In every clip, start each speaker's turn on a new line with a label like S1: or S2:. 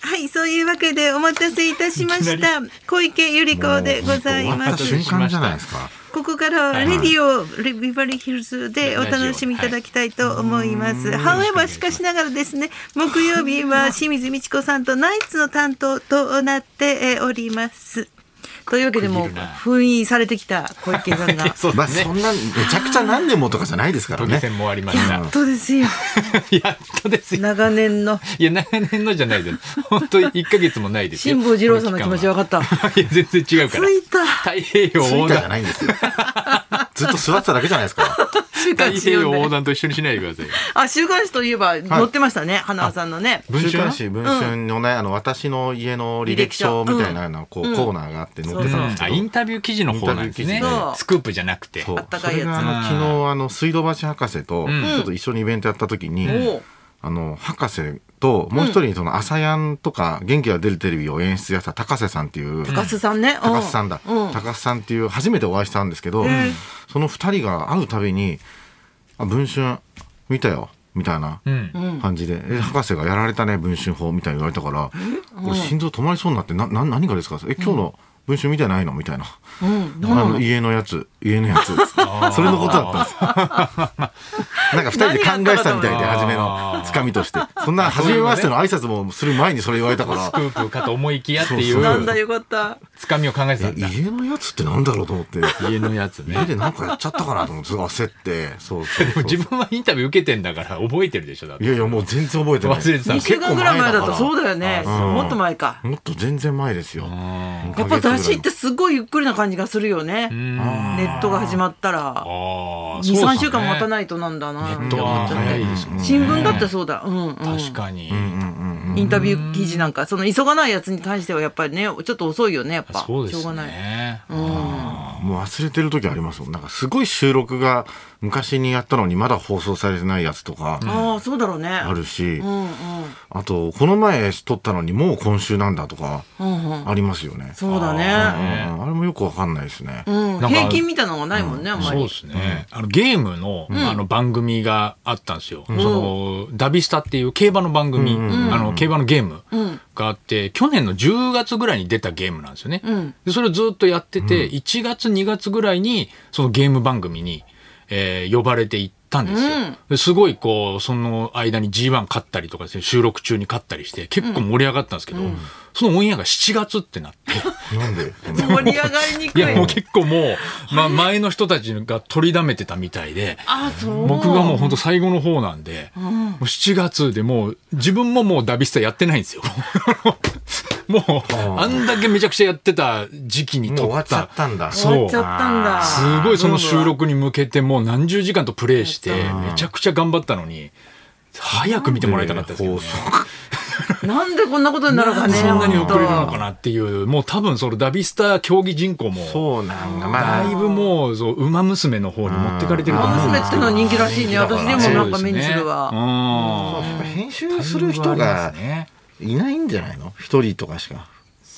S1: はい、そういうわけでお待たせいたしまし
S2: いき
S1: た。小池百合子でございま
S2: もう本当終
S1: す
S2: わっ。
S1: こ
S2: た
S3: 瞬間じゃないですか。
S1: こからはレディオ、ビバリーヒルズでお楽しみいただきたいと思います。ハウエバしかしながらですね、木曜日は清水美智子さんとナイツの担当となっております。というわけでもう
S2: 区切るな
S1: 封印されてきた小池さんが。や
S2: そう
S3: ま
S2: で
S3: あ
S2: す
S3: そ
S2: ね。
S3: んなめちゃくちゃ何年もとかじゃないですから
S2: 都議
S3: ね。
S2: 選も終わりました。
S1: っとですよ。
S2: やっとですよ。
S1: 長年の
S2: いや、長年のじゃないです。本当一ヶ月もないですよ。
S1: 辛坊治郎さんの気持ち分
S2: は。
S1: か った。
S2: いや、全然違う
S1: つ
S2: から。
S1: いた。
S2: 太平洋
S3: つい
S2: 横
S3: たじゃ
S2: 断。
S3: ないんですよ。ずっと座ってただけじゃないです か。
S1: 週
S2: 太
S1: 刊誌
S2: 平洋
S1: 読
S2: 横
S1: んで。
S2: 断と一緒にしないでくださいよ。
S1: あ、週刊誌といえば載ってましたね、花輪さんのね。
S2: 文
S3: 週
S2: 春
S3: 刊誌文春のね、あの私の家の履歴書みたいなのこう、コーナーがあって載ってたんですけ
S2: あ、
S3: ど。
S2: インタビュー記事の方なんです
S3: イ
S2: ね
S3: ンタビ
S1: ュー記事ね。
S2: スクープじゃなくて。
S3: そう
S1: あったかいやつ
S3: それがあの昨日あの水道橋博士と
S2: ん
S3: ちょっと一緒にイベントやった時に、
S1: おう
S3: あの博士ともう一人その朝やんとか元気が出るテレビを演出やってた高瀬さんっていう
S1: 高須さんね。う
S3: 高須さんだ、
S1: う
S3: 高須さんっていう初めてお会いしたんですけど、
S1: ん
S3: その2人が会うたびに「あ文春見たよ」みたいな
S2: うん。
S3: 感じで「え博士がやられたね文春法」みたいに言われたから俺心臓止まりそうになって「なな何がですか?」え今日の文春見てないの?」みたいな、あの家のやつ家のやつそれのことだったんですよなんか2人で考えてたみたいで初めのつかみとしてそんな初めましての挨拶もする前にそれ言われたか
S2: ス
S3: ら
S2: クープかと思いきやってい
S3: そうう
S1: なんだよかった。
S2: つかみを考えてた
S3: え
S2: んだ。
S3: 家のやつってなんだろうと思って
S2: 家のやつね
S3: 家。でなんかやっちゃったかなと思ってすごい焦ってそうそ
S2: で
S3: う
S2: も
S3: そう
S2: 自分はインタビュー受けてんだから覚えてるでしょ、だって
S3: いやいやもう全然覚えてない
S2: 忘れてた
S1: 2週間ぐらい前だった。
S3: 結構
S1: そうだよね。
S3: ん
S1: もっと前か。
S3: もっと全然前ですよ
S1: やっぱ雑誌ってすごいゆっくりな感じがするよね。
S2: うん
S1: ネットが始まったら。
S2: ああ、
S1: 2、3週間待た
S2: い。
S1: ないとなんだな。
S2: ネットは早いですもんね。
S1: 新聞だってそうだ。うんうん。
S2: 確かに。
S1: インタビュー記事なんか、その急がないやつに関してはやっぱりね、ちょっと遅いよね、やっぱ。
S2: そうです
S1: しょうがない。
S2: ね。
S3: もう忘れてる時ありますもんなんかすごい収録が昔にやったのにまだ放送されてないやつとか
S1: ああ、そうだろうね。
S3: あるし、
S1: うんうん。
S3: あとこの前撮ったのにもう今週なんだとか
S1: うんうん。
S3: ありますよね、
S1: そうだね。
S3: うんあれもよくわかんないですね、
S1: うん。
S2: なんか
S1: 平均みたいなのがないもんね、あんま
S2: そうで
S1: り。
S2: すね。あのゲームの、あの番組があったんですよ。そのダビスタっていう競馬の番組、あの競馬のゲームがあって、去年の10月ぐらいに出たゲームなんですよね。
S1: ん
S2: でそれをずっとやってて、1月2月ぐらいにそのゲーム番組に、えー呼ばれていったんですよ。ですごいこうその間に G1 勝ったりとかですね収録中に勝ったりして結構盛り上がったんですけど、そのオンエアが7月ってなって。
S3: なんでこんな
S1: 盛り上がりにく
S2: い
S1: い。
S2: や、もう結構もう、まあ、前の人たちが取りだめてたみたいで、
S1: あ、そう。
S2: 僕がもう本当最後の方なんで、もう7月でもう、自分ももうダビスタやってないんですよ。 もう、あんだけめちゃくちゃやってた時期に
S3: もう
S2: 撮
S3: 終わ
S2: っ
S3: っちゃ
S2: た
S3: っ。たんだ
S2: そう
S1: 終わっちゃったんだ。
S2: すごいその収録に向けてもう何十時間とプレイして、めちゃくちゃ頑張ったのに、早く見てもらいたかったですけどね、
S1: なんでこんなことになるかね。
S2: そんなに遅れるの
S1: 本
S2: かなっていう、もう多分そのダビスタ競技人口も、
S3: そうなんだまあ
S2: だいぶもう、そう、馬娘の方に持ってかれてる
S1: 当
S2: と思うん
S1: 娘っ
S2: です
S1: て
S2: けど
S1: のは人気らしいね。
S3: そうだ
S1: 私
S3: か
S1: でも
S3: らね
S1: なんか目にする
S2: う
S1: わ。
S2: ん。
S3: 編集する人がいないんじゃないの一人とかしか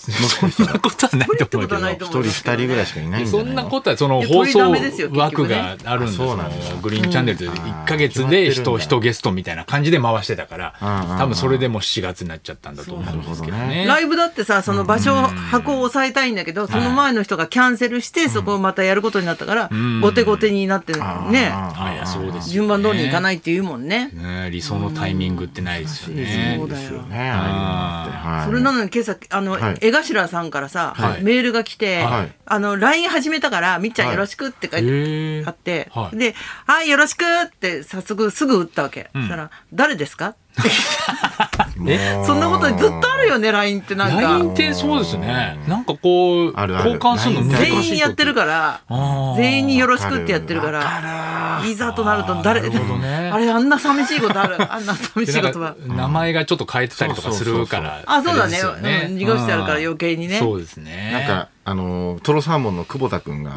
S2: そんなことはないと思うけど。
S1: ないと
S3: 一
S1: 思
S3: 人
S1: う
S3: 二人ぐらいしかいないんじ
S2: そ
S3: ゃない
S2: ん
S3: の
S2: なことはその
S1: いや
S2: 放
S1: 取
S2: 送
S1: りだめですよ結局
S2: 枠
S1: ね
S2: があるんです
S3: あそ
S2: よ
S3: うなんですか
S2: グリーンチャンネルで1か月で
S3: うん決まってるん
S2: 人
S3: だ
S2: 人ゲストみたいな感じで回してたから
S3: うんうん
S2: 多分それでもう7月になっちゃったんだと思うんですけど
S3: そうなるほど
S2: ね。
S1: ライブだってさ、その場所、箱を押さえたいんだけど、その前の人がキャンセルして、そこをまたやることになったから、後手後手になってね、
S2: あいやそうですよね
S1: 順番通りにいかないって言うもんね。
S2: ね理想のタイミングってないですよね
S1: そう。だ
S3: ですよ
S1: よ。
S3: ねああい
S1: そう
S3: の
S1: れ
S3: ってはい
S1: なのに今朝、あの
S3: はい、
S1: 江頭さんからさ
S2: は、い
S1: メールが来て
S3: はい、
S1: あの、LINE 始めたから、みっちゃんよろしくって書いて
S2: へー
S1: あって、
S2: はい
S1: で、はい、よろしくって早速すぐ打ったわけ。そしたら、誰ですかって。
S3: もう
S1: そんなことずっとあるよね、LINE ってなんか
S2: LINE。ってそうですね。なんかこう、
S3: あるある
S2: 交換するの難しい
S1: 全員やってる
S2: ら。
S1: から
S2: あ、ー
S1: 全員によろしくってやってるか
S3: わ
S1: ら、いざとなると誰、
S2: あーなるほどね
S1: あれ、あんな寂しいことある。あんな寂
S2: で
S1: しいこ
S2: なん
S1: とは
S2: か。名前がちょっと変えてたりとかするから。
S1: あ、そうだね。
S2: れですよ
S1: うん濁してあるから余計にね。
S2: そうですね。
S3: なんか、あの、トロサーモンの久保田くんが、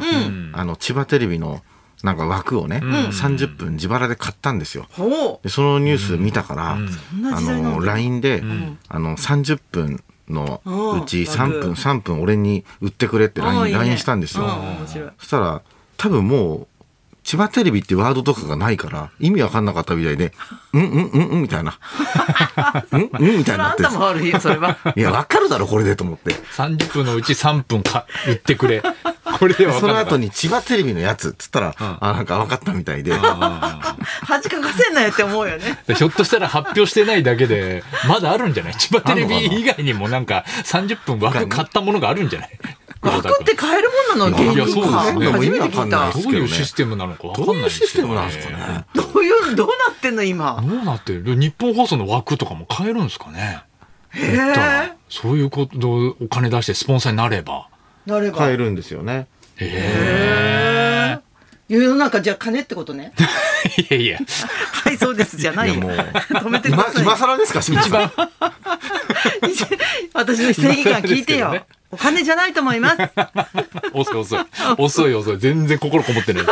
S3: あの、千葉テレビの、なんか枠をね、30分自腹で買ったんですよ。
S1: ほう。
S3: で、そのニュース見たから、
S1: ん
S3: あ
S1: そんな時代なん
S3: の、
S1: だ
S3: LINE で、あの、30分のうち
S1: うん
S3: 3分、3分俺に売ってくれって
S1: あー
S3: LINE
S1: いいね
S3: LINE したんですよ
S1: うん面白い。
S3: そしたら、多分もう、千葉テレビってワードとかがないから、意味わかんなかったみたいで、うんうんうんうんみたい な。うんうんみた
S1: それ
S3: いにな
S1: あ
S3: っ
S1: ん
S3: て
S1: たも悪いよ、それは。
S3: いや、わかるだろ、これでと思って。
S2: 30分のうち3分か、売ってくれ。 これでは分
S3: そ
S2: かん
S3: の
S2: なか
S3: 後
S2: っ
S3: に千葉テレビのやつっつったら、あ、なんかわかったみたいで。
S1: 恥かかせんなよって思うよね。
S2: たひょっとしたら発表してないだけで、まだあるんじゃない千葉テレビ以外にもなんか30分枠買ったものがあるんじゃない
S1: 枠って変えるもんなの芸
S2: いや
S1: 人
S2: そう
S1: か。
S2: ですね
S1: 初めて聞いた
S3: わか。ん
S2: どういうシステムなのか分
S3: ど
S2: か
S3: うんい
S2: ないうですけ
S3: システムなん
S2: ね
S3: ですかね。
S1: どういう、どうなってんの今。
S2: どうなってる日本放送の枠とかも変えるんですかね
S1: へえ。
S2: そういうことお金出してスポンサーになれば。
S1: なれば
S3: 買え。るんですよね。
S1: へえ。世の中じゃ金ってことね。
S2: いやいや、
S1: はい、そうですじゃないよ。
S3: いやもう
S1: 止めてくだ
S3: 今、
S1: さい。
S3: 今更ですか、清水さん。
S1: 私の正義感聞いて
S2: 今更ですよ
S1: よ
S2: ね。
S1: お金じゃないと思います。
S2: 遅い遅い。遅い遅い。全然心こ もってない。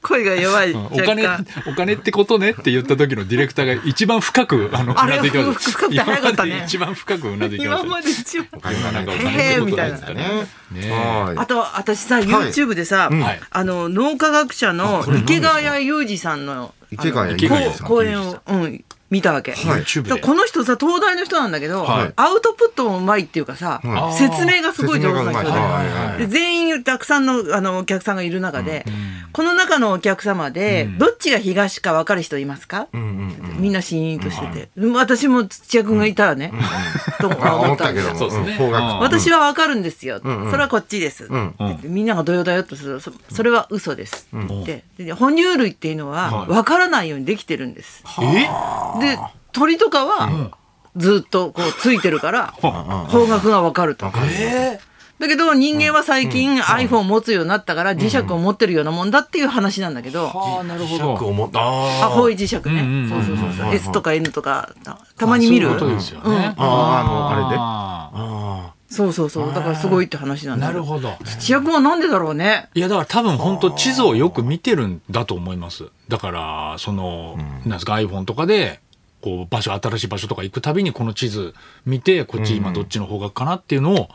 S1: 声が弱い。
S2: お金
S1: 若干、
S2: お金ってことねって言った時のディレクターが一番深く、あの、
S1: あ
S2: う
S1: れ
S2: なずいてました。
S1: 深くて早かったね
S2: 今まで一番深くうなずいてま
S1: 今
S2: した
S1: ま
S2: よ。
S1: で一番。
S2: 今なんかお
S1: へ
S2: 金
S1: え
S2: ってこと
S1: みた
S2: ないん
S1: な
S2: ですかね。
S3: ね。
S2: ね
S3: はい。
S1: あと私さ YouTube でさ、
S2: はい
S1: あの脳科学者の池川谷裕二さんの
S3: 池川
S1: あの
S3: 池
S2: 川裕二
S3: さん
S1: 講演を、うん、見たわけ、
S3: はい
S2: YouTube
S1: そう
S2: で。
S1: この人さ東大の人なんだけど、
S2: はい
S1: アウトプットもうまいっていうかさ、
S3: はい
S1: 説明がすごい上手な人で
S3: 説明がうまいはいはいはい
S1: で全員たくさんのあのお客さんがいる中で、この中のお客様で、どっちが東か分かる人いますか、
S3: うんうん
S1: みんなシーンとしてて、うん私も土屋君がいたらね、と
S3: うん。あ
S1: か
S3: 思
S1: 思
S3: っ
S1: った
S3: た
S1: ん
S3: け
S1: で
S3: ど
S1: すよ
S3: も、
S2: そうですね
S3: ん方角
S2: うん
S1: 私はわかるんですよ、
S3: んうん
S1: それはこっちです、
S3: うん
S1: って言ってみんなが「どよだよ」とするそそれは嘘です、ってで哺乳類っていうのは
S2: はい
S1: わからないようにできてるんです、
S2: え
S1: で鳥とかはずっとこうついてるから方角がわかると、
S2: え
S1: だけど人間は最近 iPhone を持つようになったから磁石を持ってるようなもんだっていう話なんだけど、
S2: ああ、なるほ
S3: 磁石
S2: ど。
S3: を持った。あ
S1: あ方
S3: ー
S1: 位磁石ね、
S2: うんうんうん
S1: そうそうそう
S3: はい
S1: そう、
S3: はいはい
S1: S とか N とかたたまに見る
S2: そういうことですよね。
S3: あー、あの、あれで。
S2: あ
S3: あ
S1: そうそうそうだからすごいって話な
S2: ー
S1: んだ
S2: な
S1: け
S2: る
S1: ど
S2: ほど。
S1: 土屋君はなんでだろうね
S2: いやだから多分本当地図をよく見てるんだと思います。だからその、なんですか iPhone とかでこう場所新しい場所とか行くたびにこの地図見てこっち今どっちの方角かなっていうのを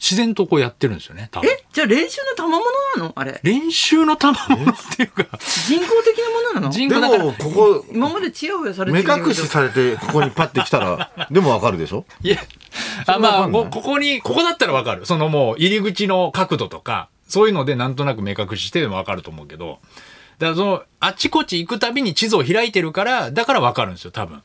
S2: 自然とこうやってるんですよね。多分
S1: えじゃあ練習の賜物なのあれ
S2: 練習の賜物っていうか
S1: 人工的なものなの
S2: 人
S3: ー
S2: 工だ
S3: で
S2: から
S3: も、ここ、
S1: 今までチヤホヤされ
S3: 目
S1: て
S3: 隠しされて、ここにパッて来たら、 でもわかるでしょ
S2: いやあ
S3: そん
S2: ま
S3: なわか
S2: あ
S3: んない
S2: こここにここだったらわかる。そのもう入り口の角度とかそういうのでなんとなく目隠ししてでもわかると思うけど。だからそのあちこち行くたびに地図を開いてるからだから分かるんですよ多分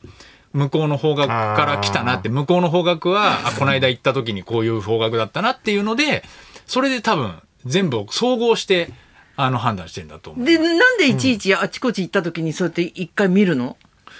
S2: 向こうの方角から来たなって向こうの方角はあこの間行った時にこういう方角だったなっていうのでそれで多分全部を総合してあの判断してんだと思う
S1: でなんでいちいちあちこち行った時にそうやって一回見るの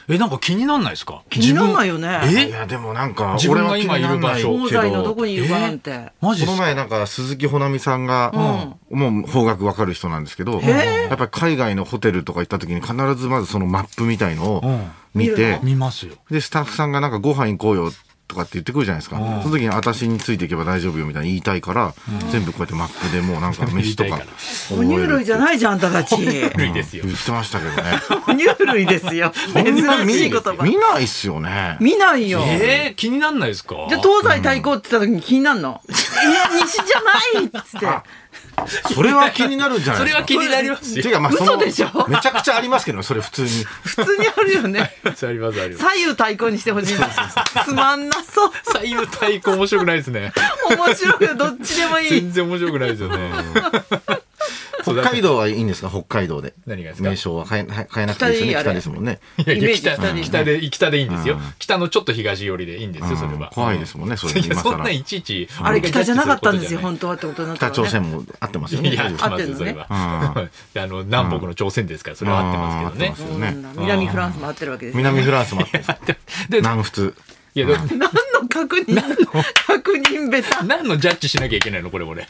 S2: えなんか気になんないですか
S1: 気になんないよね
S2: 自分
S3: い
S2: え
S3: や、でもなんか、
S2: 自
S3: 俺
S2: 分が
S3: は気
S2: 今
S3: に
S2: い
S3: な
S2: る
S3: んな
S2: 場
S3: い
S2: 所
S1: 東
S2: けど
S1: 西のどこにいるかなんて、
S2: マジで
S3: この
S2: すか
S3: 前なんか鈴木保奈美さんが、もう方角わかる人なんですけど、
S1: え
S3: やっぱり海外のホテルとか行った時に必ずまずそのマップみたいのを
S2: うん
S3: 見
S1: 見る
S3: て、
S2: 見ますよ
S3: で、スタッフさんがなんかご飯行こうよとかって言ってくるじゃないですか。その時に私についていけば大丈夫よみたいに言いたいから、全部こうやってマップでもうなんか飯と
S2: 言い
S3: か
S2: たいから
S1: 哺乳類じゃ
S3: い
S1: ないじゃんあんたたち
S2: 類ですよ
S3: 言ってましたけどね。
S1: 哺乳類ですよ珍しい言葉
S3: 見ないっすよね。
S1: 見ないよ、
S2: えー、気になんないですか
S1: じゃあ東西対抗って言った時に気になるの、いや西じゃないっつって
S3: それは気になるんじゃない
S2: それ
S3: ですか。
S2: は気になります
S3: て
S2: よ
S3: いうかまあその
S1: 嘘でしょ
S3: めちゃくちゃありますけどね、それ 普通に。
S1: 普通にあるよね
S2: ありますあります
S1: 左右対抗にしてほしいんですつまんなそう
S2: 左右対抗面白くないですね
S1: 面白いよどっちでもいい
S2: 全然面白くないですよね。
S3: 北海道はいいんですか、北海道で。
S2: 何がですか
S3: 名称は変え変えなくていいで
S1: 北でいいあれ
S3: すよね、北ですもん ね。
S2: いやい
S1: イメー
S2: や
S1: ジ
S2: 北
S1: したり
S2: 北で北でいいんですよ
S3: うん。
S2: 北のちょっと東寄りでいいんですよそれ
S3: うん
S2: は。
S3: 怖いですもんね、それ
S2: いや
S3: 今
S2: そん
S3: 更
S2: な。いちいち
S1: あれ北じゃなかったんですよ
S2: ジャッ
S1: 本
S2: ジ
S1: 当はってことになったから
S3: 北
S1: ね
S3: 朝鮮も合ってますよ
S2: すること
S1: 合ってんの
S2: じゃないいや合ってますよそ
S3: ね。
S2: れ
S1: ね
S2: は。 あの南北の朝鮮ですからそれは合ってますけど
S3: うん合
S2: ね
S3: って。
S1: そう
S3: ますよ
S1: なんだ
S3: ね
S1: 南フランスも合ってるわけですね
S3: 南フランスもあって。
S2: で
S3: 南仏。
S2: いやで
S1: 何の確認確認ベタ
S2: 何のジャッジしなきゃいけないのこれ俺。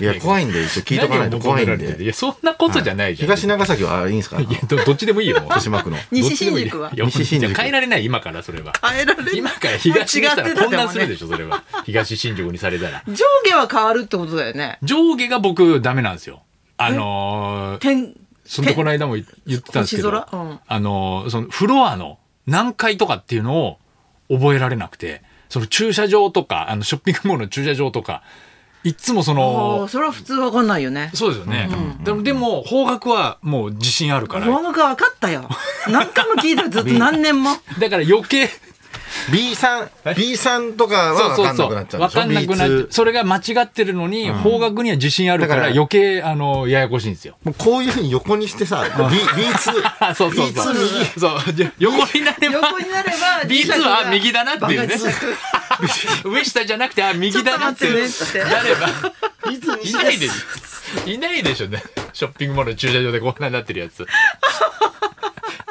S3: いや、怖いんで、一応聞いとかないと怖いん
S2: 何を求められてる
S3: で。
S2: いやそんなことじゃないじゃん。
S3: 東長崎はあいいんですか
S2: いやどどっちでもいいよもう。
S3: 豊島区 の。
S1: 西新宿は
S2: どっちでもいいいや
S3: 西新宿
S2: いや変えられない今からそれは。
S1: 変えられない
S2: 今から東にした
S1: もう違
S2: ら
S1: ってた
S2: 混
S1: でもね
S2: 乱するでしょそれは。東新宿にされたら。
S1: 上下は変わるってことだよね
S2: 上下が僕ダメなんですよ。あのー、
S1: 天
S2: そのこの間も言言ってたんですけど、
S1: 星空うん
S2: あのー、そのフロアの何階とかっていうのを覚えられなくて、その駐車場とか、あのショッピングモールの駐車場とか、いっつもそ
S1: お
S2: の
S1: ー、それは普通わかんないよね。
S2: そうですよね。でも、でも方角はもう自信あるから。
S1: 方角分かったよ。何回も聞いたよずっと何年 も。
S2: だから余計、
S3: B さん B さんとか
S2: そう
S3: は分
S2: そ
S3: か
S2: うんそう。
S3: なくなっ
S2: わ
S3: ちゃうんでしょ
S2: かんなくなっ
S3: B2
S2: て、それが間違ってるのに、方角には自信あるか
S3: だ
S2: ら
S3: から
S2: 余計、あの、ややこしいんですよ。
S3: もうこういうふうに横 にしてさ B B2
S2: そうそうそう
S3: B2 右。
S2: そう、じゃあ横になれば、
S1: 横になれば
S2: B2 は右だなっていうね
S1: バカ。自宅
S2: 上下じゃなくて、あ、右だなっ
S1: ち
S2: て
S1: ょっと
S2: いう。
S1: 待ってねって
S2: なれば、いないでしょ。いないでしょね。ショッピングモールの駐車場でこんなになってるやつ。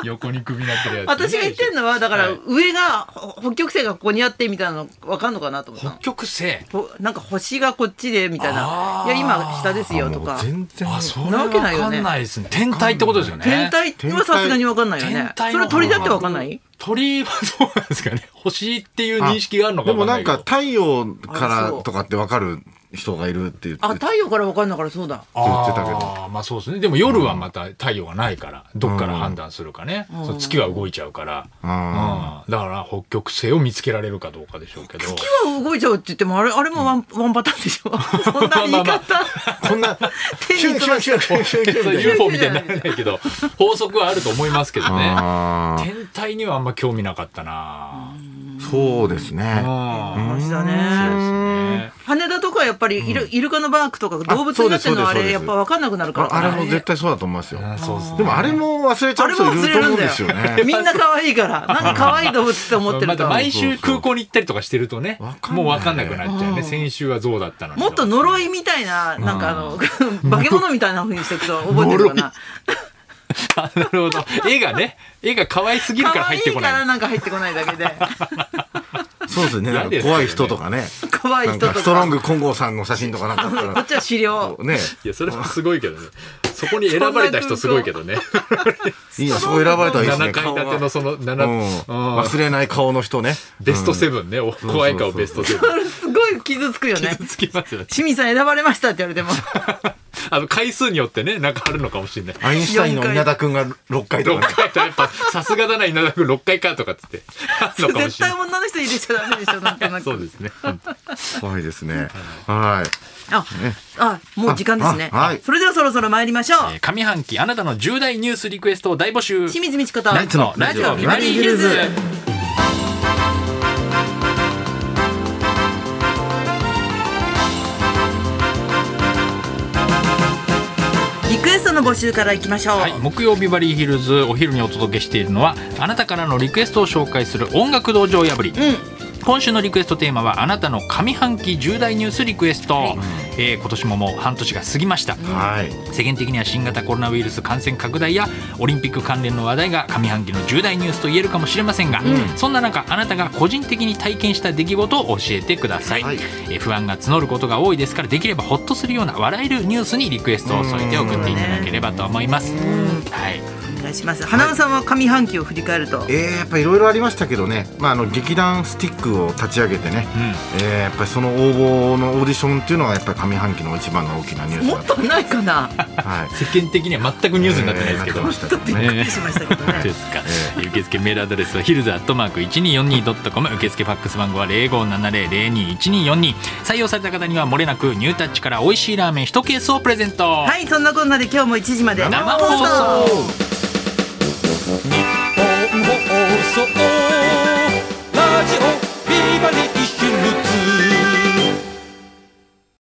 S2: 横に首になってるやつ。
S1: 私が言ってるのはだから
S2: はい
S1: 上がほ北極星がここにあってみたいなの分かんのかなと思った
S2: 北
S1: の
S2: 極星。
S1: ほなんか星がこっちでみたいな
S2: あ
S1: い
S2: ー
S1: や今下ですよと
S3: もう
S1: か
S3: 全然
S2: あ、それ
S1: な
S2: は
S1: わ
S2: わ
S1: けないよね
S2: かんないですね。天体ってことですよね。
S1: 天体はさすがに分かんないよね
S2: 天体
S1: そ
S2: の
S1: れ鳥だって分かんない
S2: 鳥はどうなんですかね。星っていう認識があるのか
S3: で
S2: わ
S3: も
S2: か
S3: なん
S2: ない
S3: ん
S2: けど
S3: か太陽か
S1: あそ
S3: ら
S1: う
S3: とかって分かる人がいるって言って
S1: あ太陽から分かんないからそうだ
S3: 言ってたけど
S2: あーまあそうですね。でも夜はまた太陽がないから、どっから判断するかね。そう月は動いちゃうから。
S3: あ
S2: うんだから北極星を見つけられるかどうかでしょうけど。
S1: 木は動いちゃうって言ってもあれあれもワン,、ワンパターンでしょ そんな言い
S2: まあまあ
S1: 方
S3: こんな
S1: 手に
S3: シュンシュンシュンシュンシュンシ ュンみたいな
S2: UFO みたいにならないけど、 法則はあると思いますけどね。
S3: あー
S2: 天体にはあんま興味なかったな
S3: そうですね
S2: うん。
S1: 話だ
S2: そうで
S1: ね
S2: すね。
S1: 羽田とかやっぱりイル,、イルカのバークとか動物になってるのはあ
S3: あそうで
S1: れ
S3: すそうです
S1: やっぱ分かんなくなるから
S3: あ
S1: か
S3: あ
S1: な
S3: れも絶対そうだと思いますよ
S2: あそうですね。
S3: でもあれも忘れちゃ
S1: あ
S3: う
S1: れ
S3: 人
S1: も
S3: い
S1: 忘
S3: る
S1: れ
S3: と思
S1: る
S3: うんん
S1: だ
S3: ですよ
S1: よ。み
S3: ね
S1: んな可愛いから、なんか可愛い動物って思ってる
S2: ま
S1: と
S2: た
S1: 思う。
S2: 毎週空港に行ったりとかしてるとね
S3: そうそうそう
S2: もう分かんなくなっちゃうね、先週は象だったのに
S1: もっと呪いみたいな、なんかあの、 化け物みたいな風にしていくと覚えてるかな。
S2: あ なるほど絵がね絵が可愛すぎるから
S1: 可愛い
S2: 入って
S1: か
S2: こない
S1: らなんか入ってこないだけで。
S3: そうですねな
S2: 嫌
S3: ん
S2: で
S3: か
S2: すよね
S3: 怖い人とかね
S1: 可愛い
S3: なん
S1: 人と
S3: か
S1: か。
S3: ストロング金剛さんの写真とかなんかあった
S1: こっ
S3: ら
S1: ちは資料。
S3: ね
S2: いやそれはすごいけどねそこに選ばれた人すごいけどね
S3: いいねそこ選ばれたらいいです
S2: 7
S3: ね
S2: 階建てのその
S3: う
S2: 7、
S3: ん
S2: うん
S3: 忘れない顔の人ね
S2: ベストセブンね、お怖い顔ベストセブン
S1: それすごい傷つくよね。
S2: 傷つきます よね
S1: 清水さん選ばれましたって言われても。
S2: あの回数によってねなんかあるのかもしれない
S3: アインシュタインの稲田君が6回と
S2: 6
S3: かね
S2: 回とやっぱさすがだな稲田君6回かとかっつってあるのかも
S1: 絶
S2: しれ
S1: 対
S2: ない
S1: 女の人入れちゃダメでしょ、なんとな
S2: そう
S1: く。
S2: ですね
S3: 怖いですねはい
S1: あ、あ、もう時間ですね
S3: あはい。
S1: それではそろそろ参りましょう。
S2: えー上半期あなたの重大ニュースリクエストを大募集
S1: 清水美智子と。
S3: ナイツの
S2: ラジオビバリーヒルズ
S1: リクエストの募集からいきましょう。
S2: はい、木曜ビバリーヒルズお昼にお届けしているのはあなたからのリクエストを紹介する音楽道場破り、今週のリクエストテーマはあなたの上半期重大ニュースリクエスト、えー今年ももう半年が過ぎました、
S3: はい
S2: 世間的には新型コロナウイルス感染拡大やオリンピック関連の話題が上半期の重大ニュースと言えるかもしれませんが、そんな中あなたが個人的に体験した出来事を教えてください、
S3: はい
S2: えー不安が募ることが多いですからできればホッとするような笑えるニュースにリクエストを添えて送っていただければと思います、はい、
S1: お願いします。花輪さんは上半期を振り返ると。
S3: えーやっぱいろいろありましたけどね、まあ、あの劇団スティックを立ち上げてね、えーやっぱりその応募のオーディションっていうのがやっぱり上半期の一番の大きなニュース
S1: も
S3: だ
S1: っとないかな。
S3: た、はい、
S2: 世間的には全くニュースになってないですけど、
S3: えーなってましたけど
S1: びっ
S3: ね
S1: くりしましたけどね。
S2: ですか、受付メールアドレスはヒルズアットマーク 1242.com 受付ファックス番号は0570021242採用された方にはもれなくニュータッチから美味しいラーメン1ケースをプレゼント、
S1: はい、そんなこんなで今日も1時まで
S2: 生放送
S4: 放送ラジオビバリーヒルズ